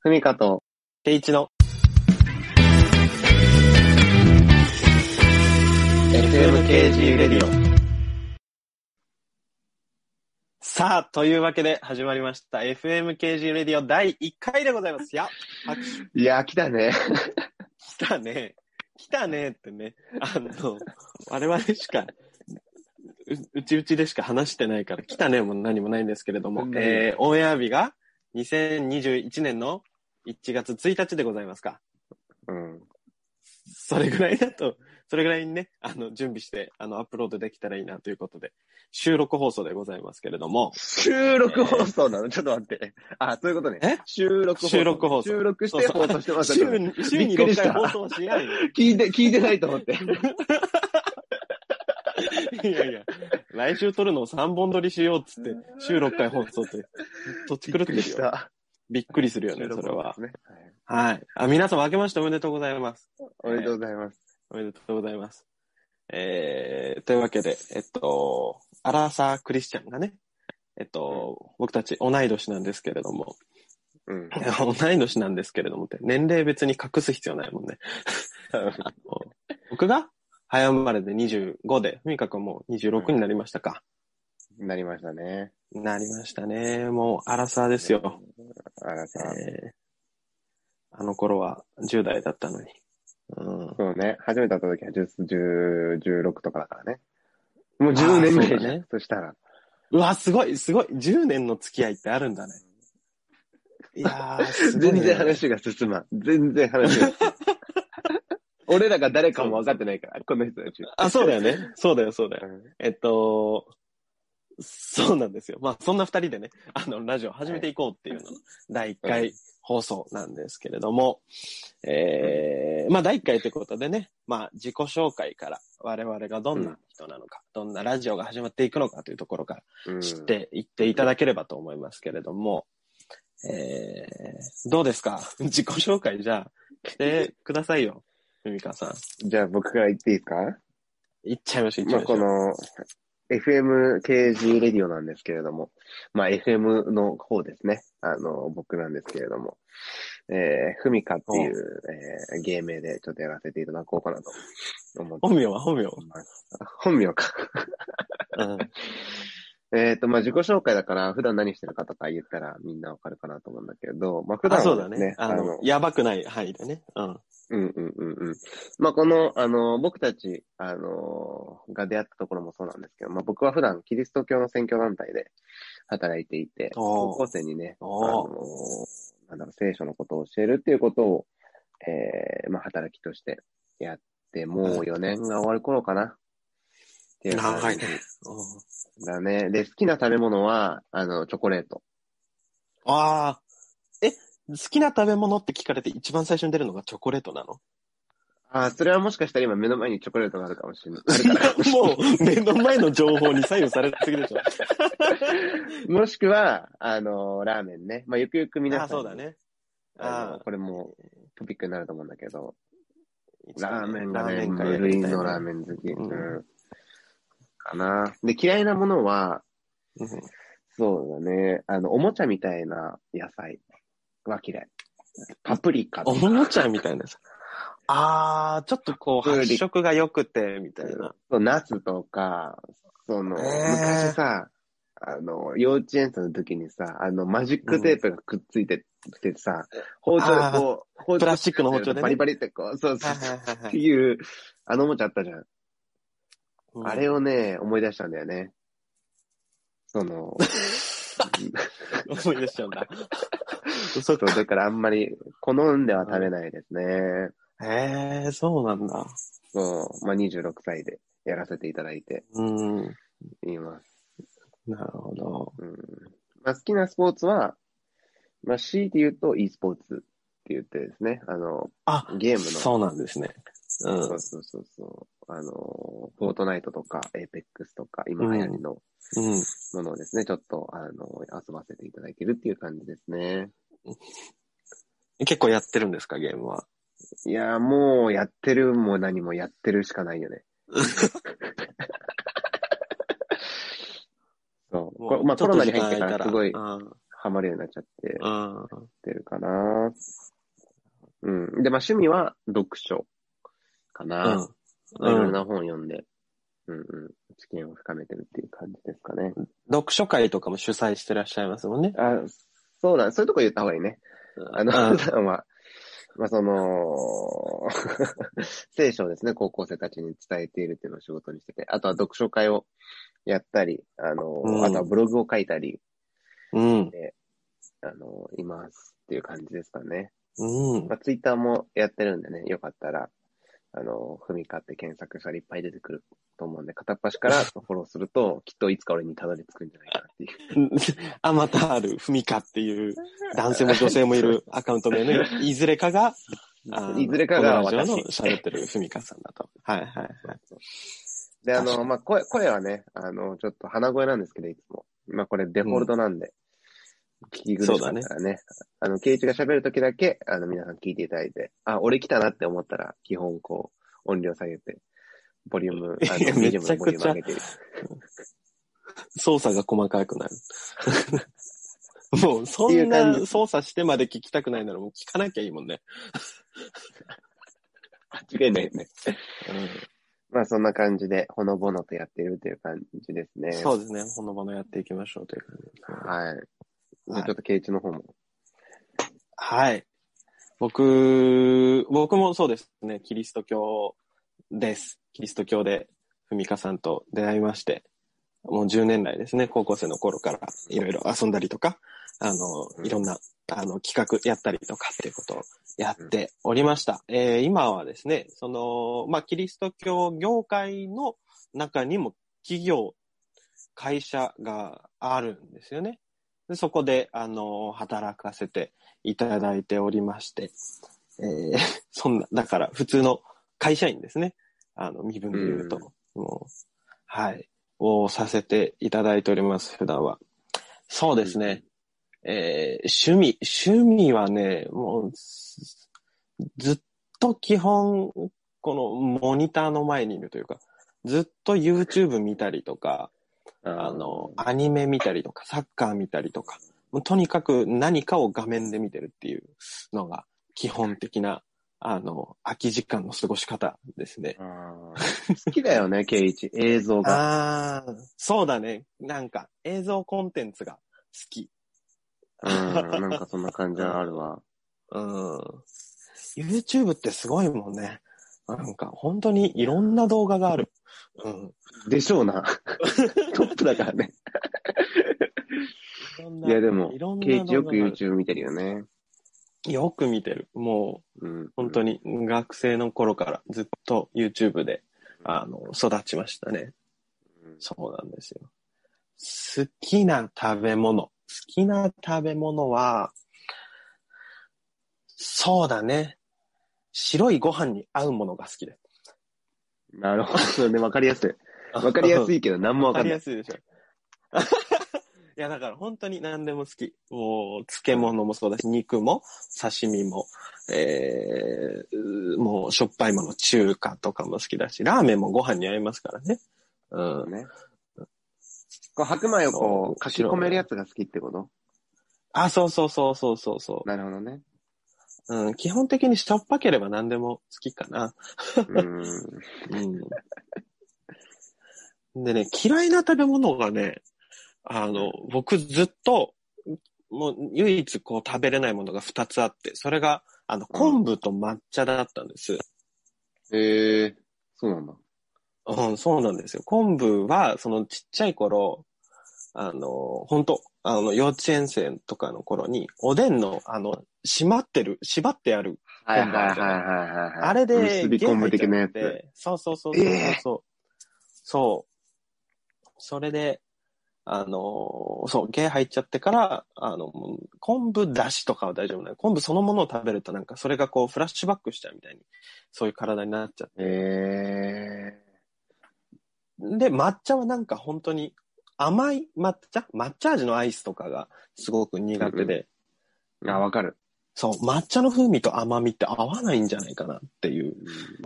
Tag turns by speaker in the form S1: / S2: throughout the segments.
S1: ふみかと、
S2: ケイチの
S1: FMKG レディオ。
S2: さあ、というわけで始まりました FMKG レディオ第1回でございます。いや、拍手
S1: いや、来たね。
S2: 来たね。来たねってね。あの、我々しか、ううちうちでしか話してないから、来たねも何もないんですけれども、
S1: うん
S2: えー、オンエア日が2021年の1月1日でございますか。
S1: うん。
S2: それぐらいだと、 それぐらいにね、あの、準備して、あの、アップロードできたらいいなということで、収録放送でございますけれども、
S1: 収録放送なの ちょっと待って。あ、そういうことね。
S2: え
S1: 収録放送。
S2: 収録放送
S1: 収録して
S2: そうそ
S1: 放
S2: う
S1: 送してました
S2: 週
S1: から。
S2: に週に
S1: びっくり
S2: 6
S1: した
S2: 回放送しないの
S1: 聞いて、聞いてないと思って。
S2: いやいや、来週撮るのを3本撮りしようっつって、週6回放送って、どっち狂ってるよ。
S1: た。
S2: びっくりするよね、
S1: 収
S2: そ
S1: 録
S2: れ
S1: 放
S2: は
S1: 送。ですねい
S2: はい。あ、皆様明けましておめでとうございます。
S1: おめでとうございます。
S2: おめでとうございます。えー、というわけで、えっと、アラサー・クリスチャンがね、えっと、僕たち同い年なんですけれども、
S1: うん。
S2: 同い年なんですけれどもって、年齢別に隠す必要ないもんね。あの僕が早生まれで25で、ふみかくんもう26になりましたか。
S1: なりましたね。
S2: なりましたね。もう、アラサーですよ。。
S1: あらさ、
S2: えーあの頃は10代だったのに。うん。
S1: そうね。初めて会った時は10 10 16とかだからね。もう10年ぐらいじ
S2: あーそ
S1: ゃ
S2: うだ
S1: ん
S2: ね。
S1: そしたら。
S2: うわ、すごい、すごい。10年の付き合いってあるんだね。いやー、すごいね
S1: 全然話が進まん。全然話が進 まん。俺らが誰かも分かってないから、この人たち。
S2: あ、そうだよね。そうだよ、そうだよ。
S1: う
S2: えっと、そうなんですよ。まあ、そんな二人でね、あの、ラジオ始めていこうっていうの、第1
S1: う
S2: 回放送なんですけれども、えー、まあ、第1回ということでね、まあ、自己紹介から、我々がどんな人なのか、どんなラジオが始まっていくのかというところから、
S1: ん
S2: 知っ。ていっていただければと思いますけれども、えー、どうですか自己紹介じゃあ、してくださいよ、ふみかさん。
S1: じゃあ僕から言っていいですか
S2: いっちゃいましょう、いっち
S1: まあ
S2: ゃいまし
S1: こ
S2: ょう。
S1: の FMKG レディオなんですけれども、まあ FM の方ですね。あの、僕なんですけれども、えー、ふみかっていう、えー、芸名でちょっとやらせていただこうかなと思って
S2: 本名は本名。
S1: います。本名か。
S2: うん。
S1: えっ、と、まあ、自己紹介だから、普段何してるかとか言ったらみんなわかるかなと思うんだけど、まあ、普
S2: あ、
S1: 段
S2: そう
S1: は
S2: だ
S1: ですね
S2: ね、。あの、やばくない範囲でね。うん。
S1: うんうんうんうん。まあ、この、あの、僕たち、あの、が出会ったところもそうなんですけど、まあ、僕は普段、キリスト教の宣教団体で働いていて、
S2: おー
S1: 高校生にね、あ
S2: おー
S1: の、なんだろう、聖書のことを教えるっていうことを、えー、まあ、働きとしてやって、もう4年が終わる頃かな。っていう感じ
S2: 長いね。うん
S1: だね。で、好きな食べ物は、あの、チョコレート。
S2: ああ。え、好きな食べ物って聞かれて一番最初に出るのがチョコレート なの
S1: ああ、それはもしかしたら今目の前にチョコレートがあるかもしれない。ある から
S2: もう、目の前の情報に左右されすぎ でしょ。
S1: もしくは、あのラーメンね。まあ、ゆくゆく皆さん
S2: あ、
S1: に。
S2: そうだね。
S1: あの
S2: ああ
S1: これもトピックになると思うんだけど、
S2: いつかね
S1: ラーメンが
S2: ラーメ
S1: ね、
S2: ン会
S1: 無
S2: やりたい
S1: 類
S2: ね
S1: のラーメン好き。
S2: うん
S1: うん。かな。で、嫌いなものは、
S2: うん
S1: そうだね、あの、おもちゃみたいな野菜は嫌い。パプリカと
S2: お
S1: か
S2: もちゃみたいなさ。あー、ちょっとこう、
S1: プーリ
S2: 発色が良くて、みたいな。
S1: そう、ナスとか、その、
S2: へー
S1: 昔さ、あの、幼稚園生の時にさ、あの、マジックテープがくっついてきてさ、包丁
S2: あ
S1: で
S2: ー
S1: こう、包
S2: プ
S1: 丁
S2: ラスチックの包丁でね。
S1: バリバリってこう、そうそう、
S2: はい
S1: っ
S2: はいはいは
S1: て
S2: い
S1: いう、あのおもちゃあったじゃん。
S2: うん
S1: あれをね、思い出したんだよね。その、
S2: 思い出しちゃうん だ。
S1: そ
S2: 嘘
S1: う、
S2: か。
S1: だからあんまり好んでは食べない ですね。
S2: へえー、そうなんだ。
S1: そう、まあ、26歳でやらせていただいて
S2: うん。
S1: います。
S2: なるほど。
S1: うんまあ、好きなスポーツは、まあ、強いて言うと e スポーツって言ってですね、あの、
S2: あ、
S1: ゲームの、
S2: そうなんですね。うん。
S1: そうそうそうそう、あの、フォートナイトとか、エーペックスとか、今流行りの
S2: うん。
S1: ものをですね、ちょっと、あの、遊ばせていただけるっていう感じですね。
S2: 結構やってるんですか、ゲームは。
S1: いやー、もう、やってるも何もやってるしかないよね。そう。こまあ、コロナに入ってからすごい
S2: うん。
S1: ハマるようになっちゃって、
S2: うん。
S1: ってるかな。うん。で、まあ趣味は読書かな。まあいろんな本読んで、うんうん。知見を深めてるっていう感じですかね。
S2: 読書会とかも主催してらっしゃいますもんね。
S1: あ、そうだ、そういうとこ言った方がいいね。あの、
S2: うん
S1: 普段は、まあその、 聖書をですね、高校生たちに伝えているっていうのを仕事にしてて、あとは読書会をやったり、あの、
S2: うん
S1: あとはブログを書いたり、
S2: うん。
S1: あの、いますっていう感じですかね。
S2: うん
S1: ま。あ、ツイッターもやってるんでね、よかったら、あの、ふみかって検索したらいっぱい出てくると思うんで、片っ端からフォローする と、きっといつか俺にたどり着くんじゃないかなっていう。
S2: あまたある、ふみかって いう、男性も女性もいるアカウント名ね。いずれかが、あの
S1: いずれかが
S2: このラジオの
S1: 私
S2: 喋ってるふみかさんだ と。はいはいはい。
S1: で、あ
S2: 確か
S1: の、まあ、声、声はね、あの、ちょっと鼻声なんですけど、いつも。まあ、これデフォルトなんで、聞き苦しかったらね。あの、ケイイチが喋るときだけ、あの、皆さん聞いていただいて、あ、俺来たなって思ったら、基本こう、音量下げて、ボリューム、あ
S2: いや
S1: の、ミディ
S2: め
S1: ム
S2: ちゃ
S1: のボリ
S2: く
S1: ュー
S2: ち
S1: ム
S2: ゃ
S1: 上げてる。
S2: 操作が細かくな る。もう、そ
S1: ってい
S2: ん
S1: う感
S2: な
S1: じ
S2: 操作してまで聞きたくないならもう聞かなきゃいいもんね。
S1: 間違いないよね。まあ、そんな感じで、ほのぼのとやっているという感じですね。
S2: そうですね。ほのぼのやっていきましょうという感じですね
S1: はい。じゃ
S2: は
S1: あ
S2: い
S1: ちょっとケイイチの方も。
S2: はい。僕、僕もそうですね。キリスト教です。キリスト教で、ふみかさんと出会いまして、もう10年来ですね、高校生の頃からいろいろ遊んだりとか、あの、いろんな、あの、企画やったりとかっていうことをやっておりました。えー今はですね、その、まあ、キリスト教業界の中にも企業、会社があるんですよね。でそこで、あの、働かせていただいておりまして、えー そんな、だから普通の会社員ですね。あの、身分で言うと、もう、はい、をさせていただいております、普段は。そうですね。えー趣味、趣味はね、もうず、ずっと基本、このモニターの前にいるというか、ずっと YouTube 見たりとか、あの、アニメ見たりとか、サッカー見たりとか、もうとにかく何かを画面で見てるっていうのが基本的な、あの、空き時間の過ごし方ですね。
S1: あー好きだよね、ケイイチ。映像が。
S2: ああ、そうだね。なんか映像コンテンツが好き。
S1: うん、なんかそんな感じはあるわ。
S2: うん。YouTube ってすごいもんね。なんか本当にいろんな動画がある。うん。
S1: でしょうな。トップだからね。
S2: いろんない
S1: や、でも
S2: いろん、な
S1: ケイチよく
S2: 動画がある
S1: YouTube 見てるよね。
S2: よく見てる。もう
S1: うん。
S2: 本当に学生の頃からずっと YouTube で、あの、育ちましたね。
S1: うん。
S2: そうなんですよ。好きな食べ物。好きな食べ物は、そうだね。白いご飯に合うものが好きです。
S1: なるほど。そうね、わかりやすい。わかりやすいけど、何もわ
S2: わか
S1: かん
S2: り
S1: な
S2: や
S1: い。
S2: すいでしょ。 いや、だから本当に何でも好き。もう、漬物もそうだし、肉も、刺身も、えー、もう、しょっぱいもの、中華とかも好きだし、ラーメンもご飯に合いますからね。うん。
S1: ね。こう白米をこう、
S2: そう
S1: かき込めるやつが好きってこと
S2: あ、そうそうそうそうそうそ
S1: なるほどね。
S2: う。うん、基本的にしょっぱければ何でも好きかな。
S1: うん。
S2: うん。でね、嫌いな食べ物がね、あの、僕ずっと、もう唯一こう食べれないものが二つあって、それが、あの、昆布と抹茶だったんです。
S1: へえ、そうなんだ。
S2: うん、そうなんですよ。昆布は、そのちっちゃい頃、あの、本当あの、幼稚園生とかの頃に、おでんの、あの、閉まってる、縛ってある
S1: はいはいはいはいはいはい。
S2: あれで、
S1: 結び昆布的なや
S2: ゲーム入
S1: つ。
S2: ってそうそうそうそうそう。
S1: ええ
S2: そう。それで、あのーそう、ゲー入っちゃってから、あの、もう昆布だしとかは大丈夫なの。昆布そのものを食べるとなんか、それがこう、フラッシュバックしちゃうみたいに、そういう体になっちゃって。
S1: え
S2: で、抹茶はなんか本当に甘い抹茶抹茶味のアイスとかがすごく苦手で、
S1: え。あ、わかる。
S2: そう、抹茶の風味と甘みって合わないんじゃないかなっていう。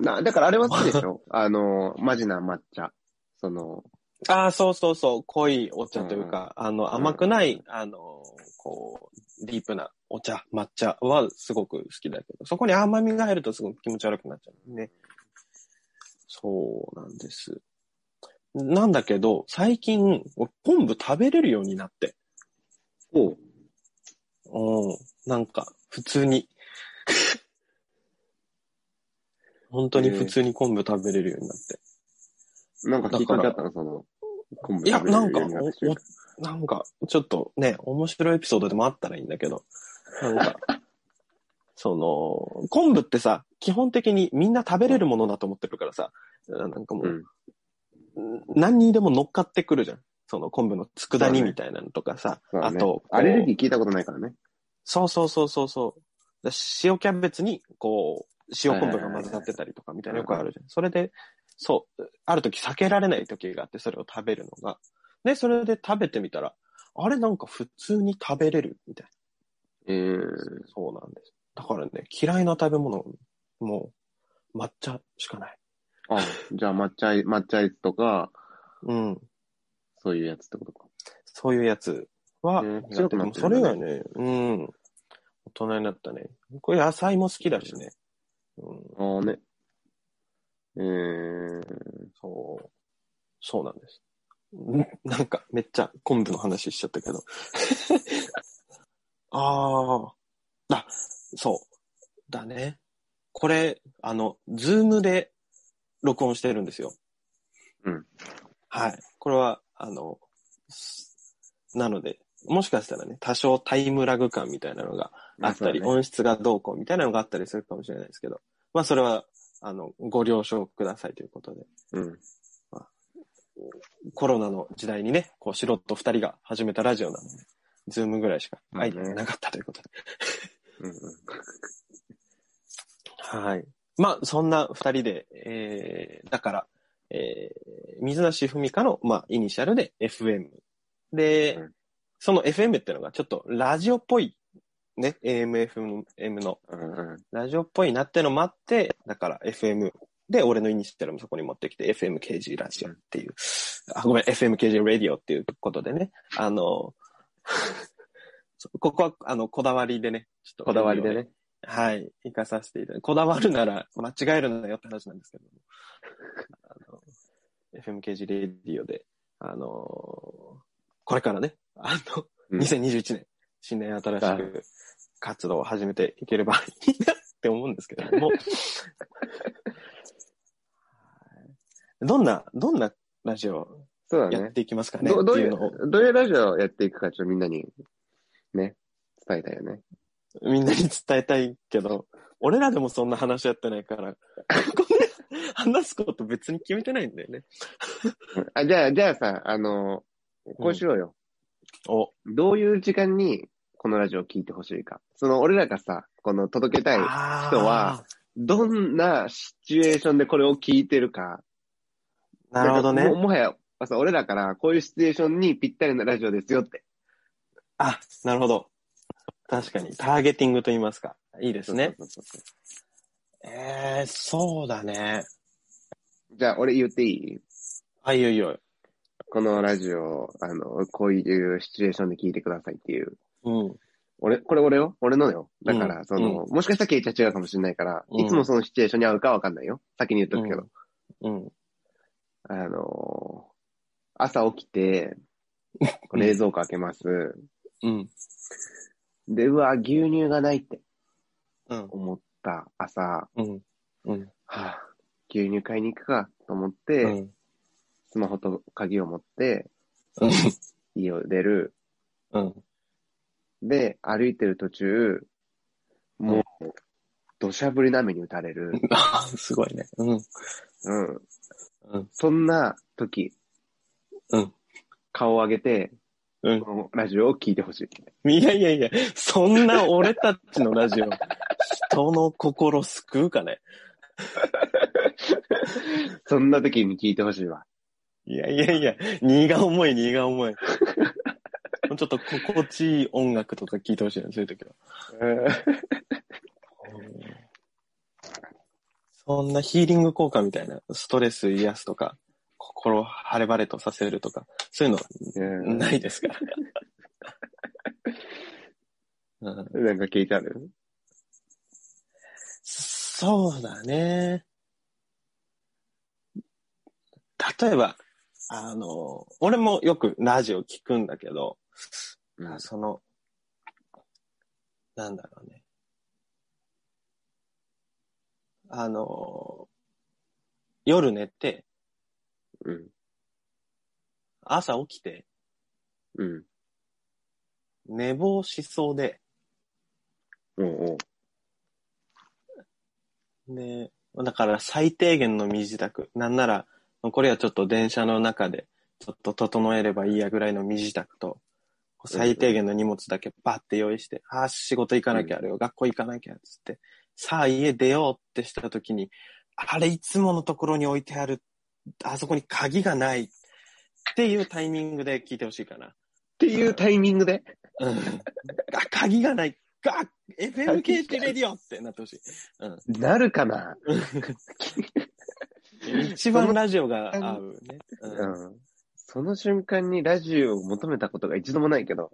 S1: な、だからあれは好きでし ょあの、マジな抹茶。その、
S2: ああ、そうそうそう、濃いお茶というか、あの、甘くない、あの、こう、ディープなお茶、抹茶はすごく好きだけど、そこに甘みが入るとすごく気持ち悪くなっちゃうね。そうなんです。なんだけど、最近、俺昆布食べれるようになって。
S1: おう
S2: うん。なんか、普通 に。本当に普通に昆布食べれるようになって。
S1: なんかきっかけあったのその、昆布
S2: いや、
S1: 食べ
S2: な
S1: れ
S2: ん
S1: る
S2: か、
S1: よ
S2: お
S1: うになった瞬間
S2: おなんか、ちょっとね、面白いエピソードでもあったらいいんだけ ど、なんか、その、昆布ってさ、基本的にみんな食べれるものだと思ってるからさ、なんかもう、何にでも乗っかってくるじゃん。その昆布の佃煮みたいなのとかさ、
S1: そうだ
S2: あ
S1: ね
S2: と、こう
S1: アレルギー聞いたことないからね。
S2: そうそうそうそうそう。だ塩キャベツに、こう、塩昆布が混ざってたりとかみたいなのよくあるじゃん。それで、そう、ある時避けられない時があって、それを食べるのが。で、それで食べてみたら、あれなんか普通に食べれるみたい
S1: えー、
S2: な。そうなんです。だからね、嫌いな食べ物、もう、抹茶しかない。
S1: あ、じゃあ抹茶い、抹茶アイスとか、
S2: うん。
S1: そういうやつってことか。
S2: そういうやつは、
S1: ね
S2: やっててもそれ以
S1: 強くなっ
S2: 外ね、うん。大人になったね。これ野菜も好きだしね。うん。
S1: ああね。えー、
S2: そう。そうなんです。 んなんか、めっちゃ昆布の話しちゃったけど。 ああ。あ、そう。だね。これ、あの、ズームで録音してるんですよ。
S1: うん。
S2: はい。これは、あの、すなので、もしかしたらね、多少タイムラグ感みたいなのがあったり、
S1: そうだね
S2: 音質がどうこうみたいなのがあったりするかもしれないですけど、まあそれは、あの、ご了承くださいということで。
S1: うん。
S2: コロナの時代にね、こう、素人二人が始めたラジオなので、ズームぐらいしかアイデアがなかったということで。
S1: うん、
S2: はい。まあ、そんな二人で、えー、だから、えー、水無し文香の、まあ、イニシャルで FM。で、
S1: うん
S2: その FM ってのがちょっとラジオっぽい、ね、AMFM の
S1: うん、うん。
S2: ラジオっぽいなってのもあって、だから FM で、俺のイニシャルもそこに持ってきて、FMKG ラジオっていう、あ、ごめん、FMKG ラディオっていうことでね、あの、 そうここは、あの、こだわりでね、ちょっと、
S1: こだわりで。ね。
S2: はい、行かさせていただいて、こだわるなら間違えるなよって話なんですけども、あの、FMKG レディオで、あの、これからね、あの、
S1: うん
S2: 2021年、新年新しく活動を始めていければいいなって思うんですけど も。どんな、どんなラジオを
S1: そうだ
S2: やっ
S1: ね。
S2: ていきますかね
S1: ど
S2: って
S1: どう
S2: い
S1: いう
S2: のを
S1: う、どういうラジオをやっていくか、ちょっとみんなに、ね、伝えたいよね。
S2: みんなに伝えたいけど、俺らでもそんな話し合ってないから、 こんな話すこと別に決めてないんだよね。
S1: うんあ、じゃあ、じゃあさ、あの、こうしようよ。
S2: お、
S1: どういう時間に、このラジオを聞いてほしいか。その、俺らがさ、この届けたい、
S2: あー
S1: 人は、どんなシチュエーションでこれを聞いてるか。
S2: なるほど
S1: んかも
S2: ね。
S1: もはや、さ、俺らから、こういうシチュエーションにぴったりなラジオですよって。
S2: あ、なるほど。確かに、ターゲティングと言いますか。いいですね。
S1: そうそうそうそ
S2: えー、そうだね。
S1: う。じゃあ、俺言っていい
S2: あ、いいよいいよ。
S1: このラジオ、あの、こういうシチュエーションで聞いてくださいっていう。
S2: うん。
S1: 俺、これ俺よ俺のよ。だか
S2: う
S1: ら、
S2: ん
S1: その、もしかしたらケイちゃん違うかもしれないから、
S2: うん
S1: いつもそのシチュエーションに合うかわかんないよ。先に言っとくけど。
S2: うん。
S1: あのー朝起きて、冷蔵庫開けます。
S2: うん。
S1: で、うわ、牛乳がないって
S2: うん。
S1: 思った朝、
S2: うん。うん。
S1: はぁ、牛乳買いに行くかと思って、
S2: うん。
S1: スマホと鍵を持って、
S2: うん。
S1: 家を出る。
S2: うん。
S1: で、歩いてる途中、もう、土砂降りの雨に打たれ る。
S2: あすごいね。うん。
S1: うん。
S2: うん。
S1: そんな時、
S2: うん。
S1: 顔を上げて、
S2: うん。
S1: このラジオを聞いてほしい。
S2: いやいやいや、そんな俺たちのラジオ、人の心救うかね。
S1: そんな時に聞いてほしい わ。
S2: いやいやいや、荷が重い、荷が重い。もうちょっと心地いい音楽とか聞いてほしいね、そういう時は。そんなヒーリング効果みたいな、ストレス癒すとか、心晴れ晴れとさせるとか、そういうのは
S1: うん
S2: ないですから。
S1: なんか聞いてある
S2: そうだね。例えば、あの、俺もよくラジオ聞くんだけど、
S1: うん
S2: その、なんだろうね。あの、夜寝て、
S1: うん。
S2: 朝起きて、
S1: うん。
S2: 寝坊しそうで、
S1: おうおう。
S2: で、だから最低限の身支度。なんなら、これはちょっと電車の中で、ちょっと整えればいいやぐらいの身支度と、こう最低限の荷物だけバッて用意して、ああ、仕事行かなきゃあれよ、学校行かなきゃ、つって、さあ家出ようってした時に、あれいつものところに置いてある、あそこに鍵がないっていうタイミングで聞いてほしいかな。
S1: っていうタイミングで、
S2: うん。あ、 鍵がない。あ、FM 形式レディオってなってほしい。
S1: なるかな
S2: 一番ラジオが合うね。
S1: う
S2: うん
S1: ん。その瞬間にラジオを求めたことが一度もないけ ど、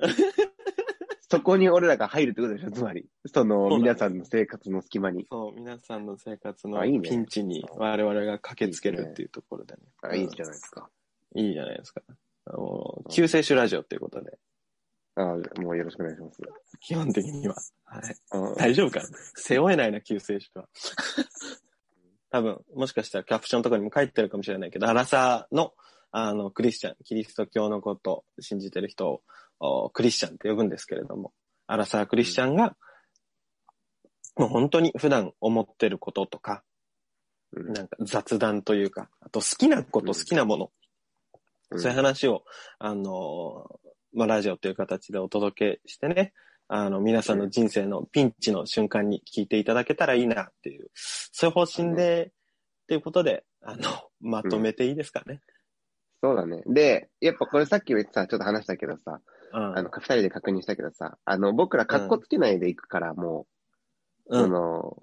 S1: そこに俺らが入るってことでしょつまり、その
S2: そうだね
S1: 皆さんの生活の隙間に。
S2: そう、皆さんの生活の
S1: あいいね
S2: ピンチに我々が駆けつけるっていうところでね。
S1: あ、いいじゃないですか。
S2: うんいいじゃないですか。あの救世主ラジオっていうことで、
S1: あもうよろしくお願いします。
S2: 基本的には。はい、
S1: あ
S2: 大丈夫かな背負えないな、救世主は。 多分、もしかしたらキャプションとかにも書いてるかもしれないけど、アラサーの、あの、クリスチャン、キリスト教のこと、信じてる人をお、クリスチャンって呼ぶんですけれども、アラサークリスチャンが、もう本当に普段思ってることとか、
S1: うん
S2: なんか雑談というか、あと好きなこ
S1: うん
S2: と、好きなもの、
S1: うん
S2: そういう話を、あのーまあ、ラジオという形でお届けしてね、あの、皆さんの人生のピンチの瞬間に聞いていただけたらいいなっていう、そういう方針で、っていうことで、あの、まとめていいですかね。
S1: そうだね。で、やっぱこれさっきも言ってさ、ちょっと話したけどさ、
S2: うん。
S1: あの、二人で確認したけどさ、あの、僕ら格好つけないで行くから、もう、
S2: う
S1: そ
S2: ん、
S1: の、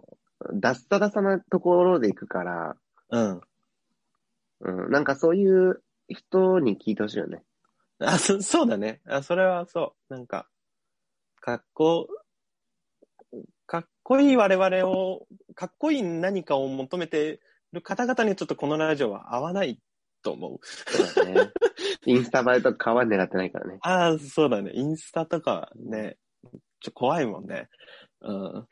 S1: ダッサダサなところで行くから、
S2: うん。
S1: うん、なんかそういう人に聞いてほしいよね。
S2: あ、そ、 そうだね。あ、それはそう。なんか、かっこ、かっこいい我々を、かっこいい何かを求めてる方々にちょっとこのラジオは合わないと思う。
S1: そうだ ね。インスタ映えとかは狙ってないからね。
S2: ああ、そうだね。インスタとかね、ちょ、怖いもんね。うん。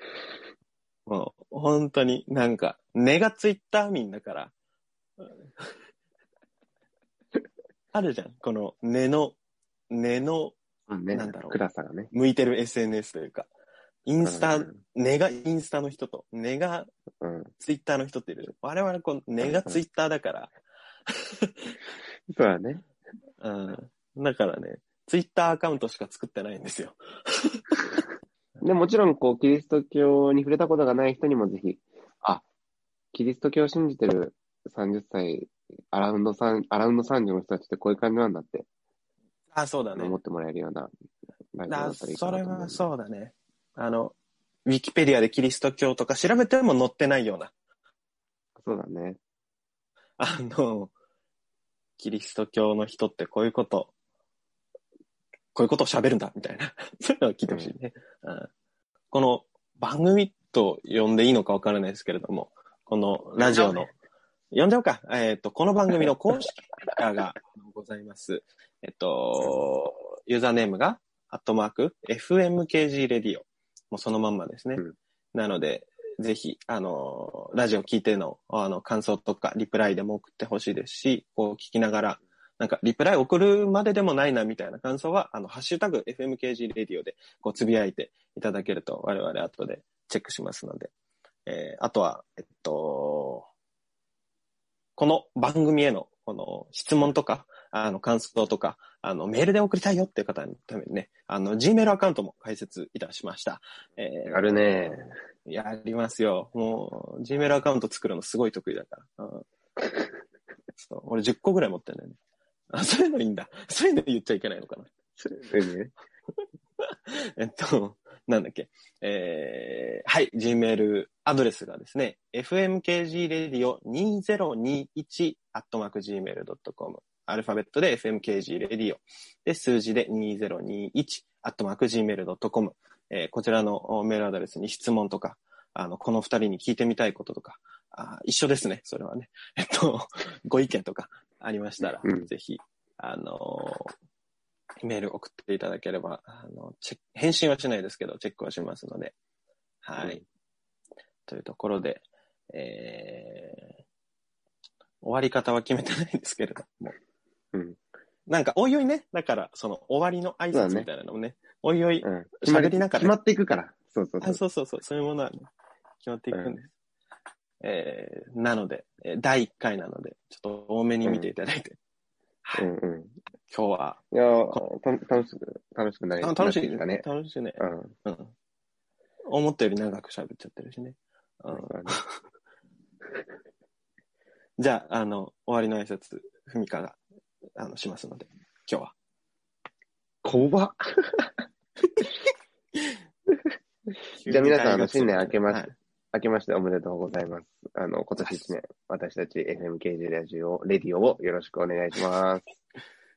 S2: もう、本当になんか、根がツイッター民だから。 あるじゃん。この根の、根の
S1: うんね。
S2: なんだろう
S1: 暗さがね。
S2: 向いてる SNS というか、インスタ
S1: うん、
S2: 根がインスタの人と、根が
S1: うん。
S2: ツイッターの人っているじゃん。我々この根がツイッターだから、
S1: そうだね。
S2: うん。だからね、ツイッターアカウントしか作ってないんですよ。
S1: で、もちろん、こう、キリスト教に触れたことがない人にもぜひ、あ、キリスト教を信じてる30歳、アラウンド3、アラウンド30の人たちってこういう感じなんだって
S2: あ、そうだね。
S1: 思ってもらえるようなラジオだ
S2: あ
S1: ったらいい
S2: それ
S1: かなと思う
S2: はそうだね。あの、ウィキペディアでキリスト教とか調べても載ってないような、
S1: そうだね。
S2: あの、キリスト教の人ってこういうこと、こういうことを喋るんだ、みたいな。 そういうのを聞いてほしいね、うんこの番組と呼んでいいのかわからないですけれども、このラジオの、呼んじゃおうか。えっ、と、この番組の公式 Twitter がございます。 えっ、と、ユーザーネームが、アットマーク、FMKG レディオ。もうそのまんまですね。
S1: うん
S2: なので、ぜひ、あの、ラジオ聞いての、あの、感想とか、リプライでも送ってほしいですし、こう聞きながら、なんか、リプライ送るまででもないな、みたいな感想は、あの、ハッシュタグ、FMKG レディオで、こう、つぶやいていただけると、我々後でチェックしますので。えーあとは、えっと、この番組への、この、質問とか、あの、感想とか、あの、メールで送りたいよっていう方のためにね、あの、Gmail アカウントも開設いたしました。えー
S1: あるね。
S2: やりますよ。もう、Gmail アカウント作るのすごい得意だから。うん、そう俺10個ぐらい持ってんだよね。あ、そういうのいいんだ。そういうの言っちゃいけないのかな。
S1: そうね。
S2: えっと、なんだっけ。えー、はい、Gmail アドレスがですね、fmkgradio2021-gmail.com。アルファベットで fmkgradio。で、数字で2021-gmail.com。えーこちらのおメールアドレスに質問とか、あの、この二人に聞いてみたいこととか、あー一緒ですね、それはね。えっと、ご意見とかありましたら、
S1: うん
S2: ぜひ、あのーメール送っていただければ、あの、チェック返信はしないですけど、チェックはしますので、はい。
S1: う
S2: というところで、えー、終わり方は決めてないんですけれども、
S1: うん。
S2: なんか、おいおいね、だから、その、終わりの挨拶みたいなのもね、おいおい、
S1: うん。
S2: 喋りながら
S1: 決まっていくから。そうそうそ
S2: あ
S1: う。
S2: そうそうそう、そういうものはね、決まっていくんです。えー、なので、えー第1回なので、ちょっと多めに見ていただいて、
S1: うんうん。
S2: 今日はい
S1: やー、た楽しく、楽しくなり
S2: あ楽し
S1: なって
S2: い
S1: きたね。
S2: 楽しいね。
S1: うん。
S2: うん。思ったより長く喋っちゃってるしね。うん。じゃあ、あの、終わりの挨拶、ふみかが、あの、しますので、今日は。
S1: 怖っ。じゃあ皆さんあの新年明けまして
S2: はい
S1: 明けましておめでとうございます。あの、今年一年、私たち FMKG ラジオ、レディオをよろしくお願いします。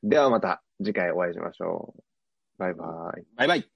S1: ではまた次回お会いしましょう。バイバイ。
S2: バイバイ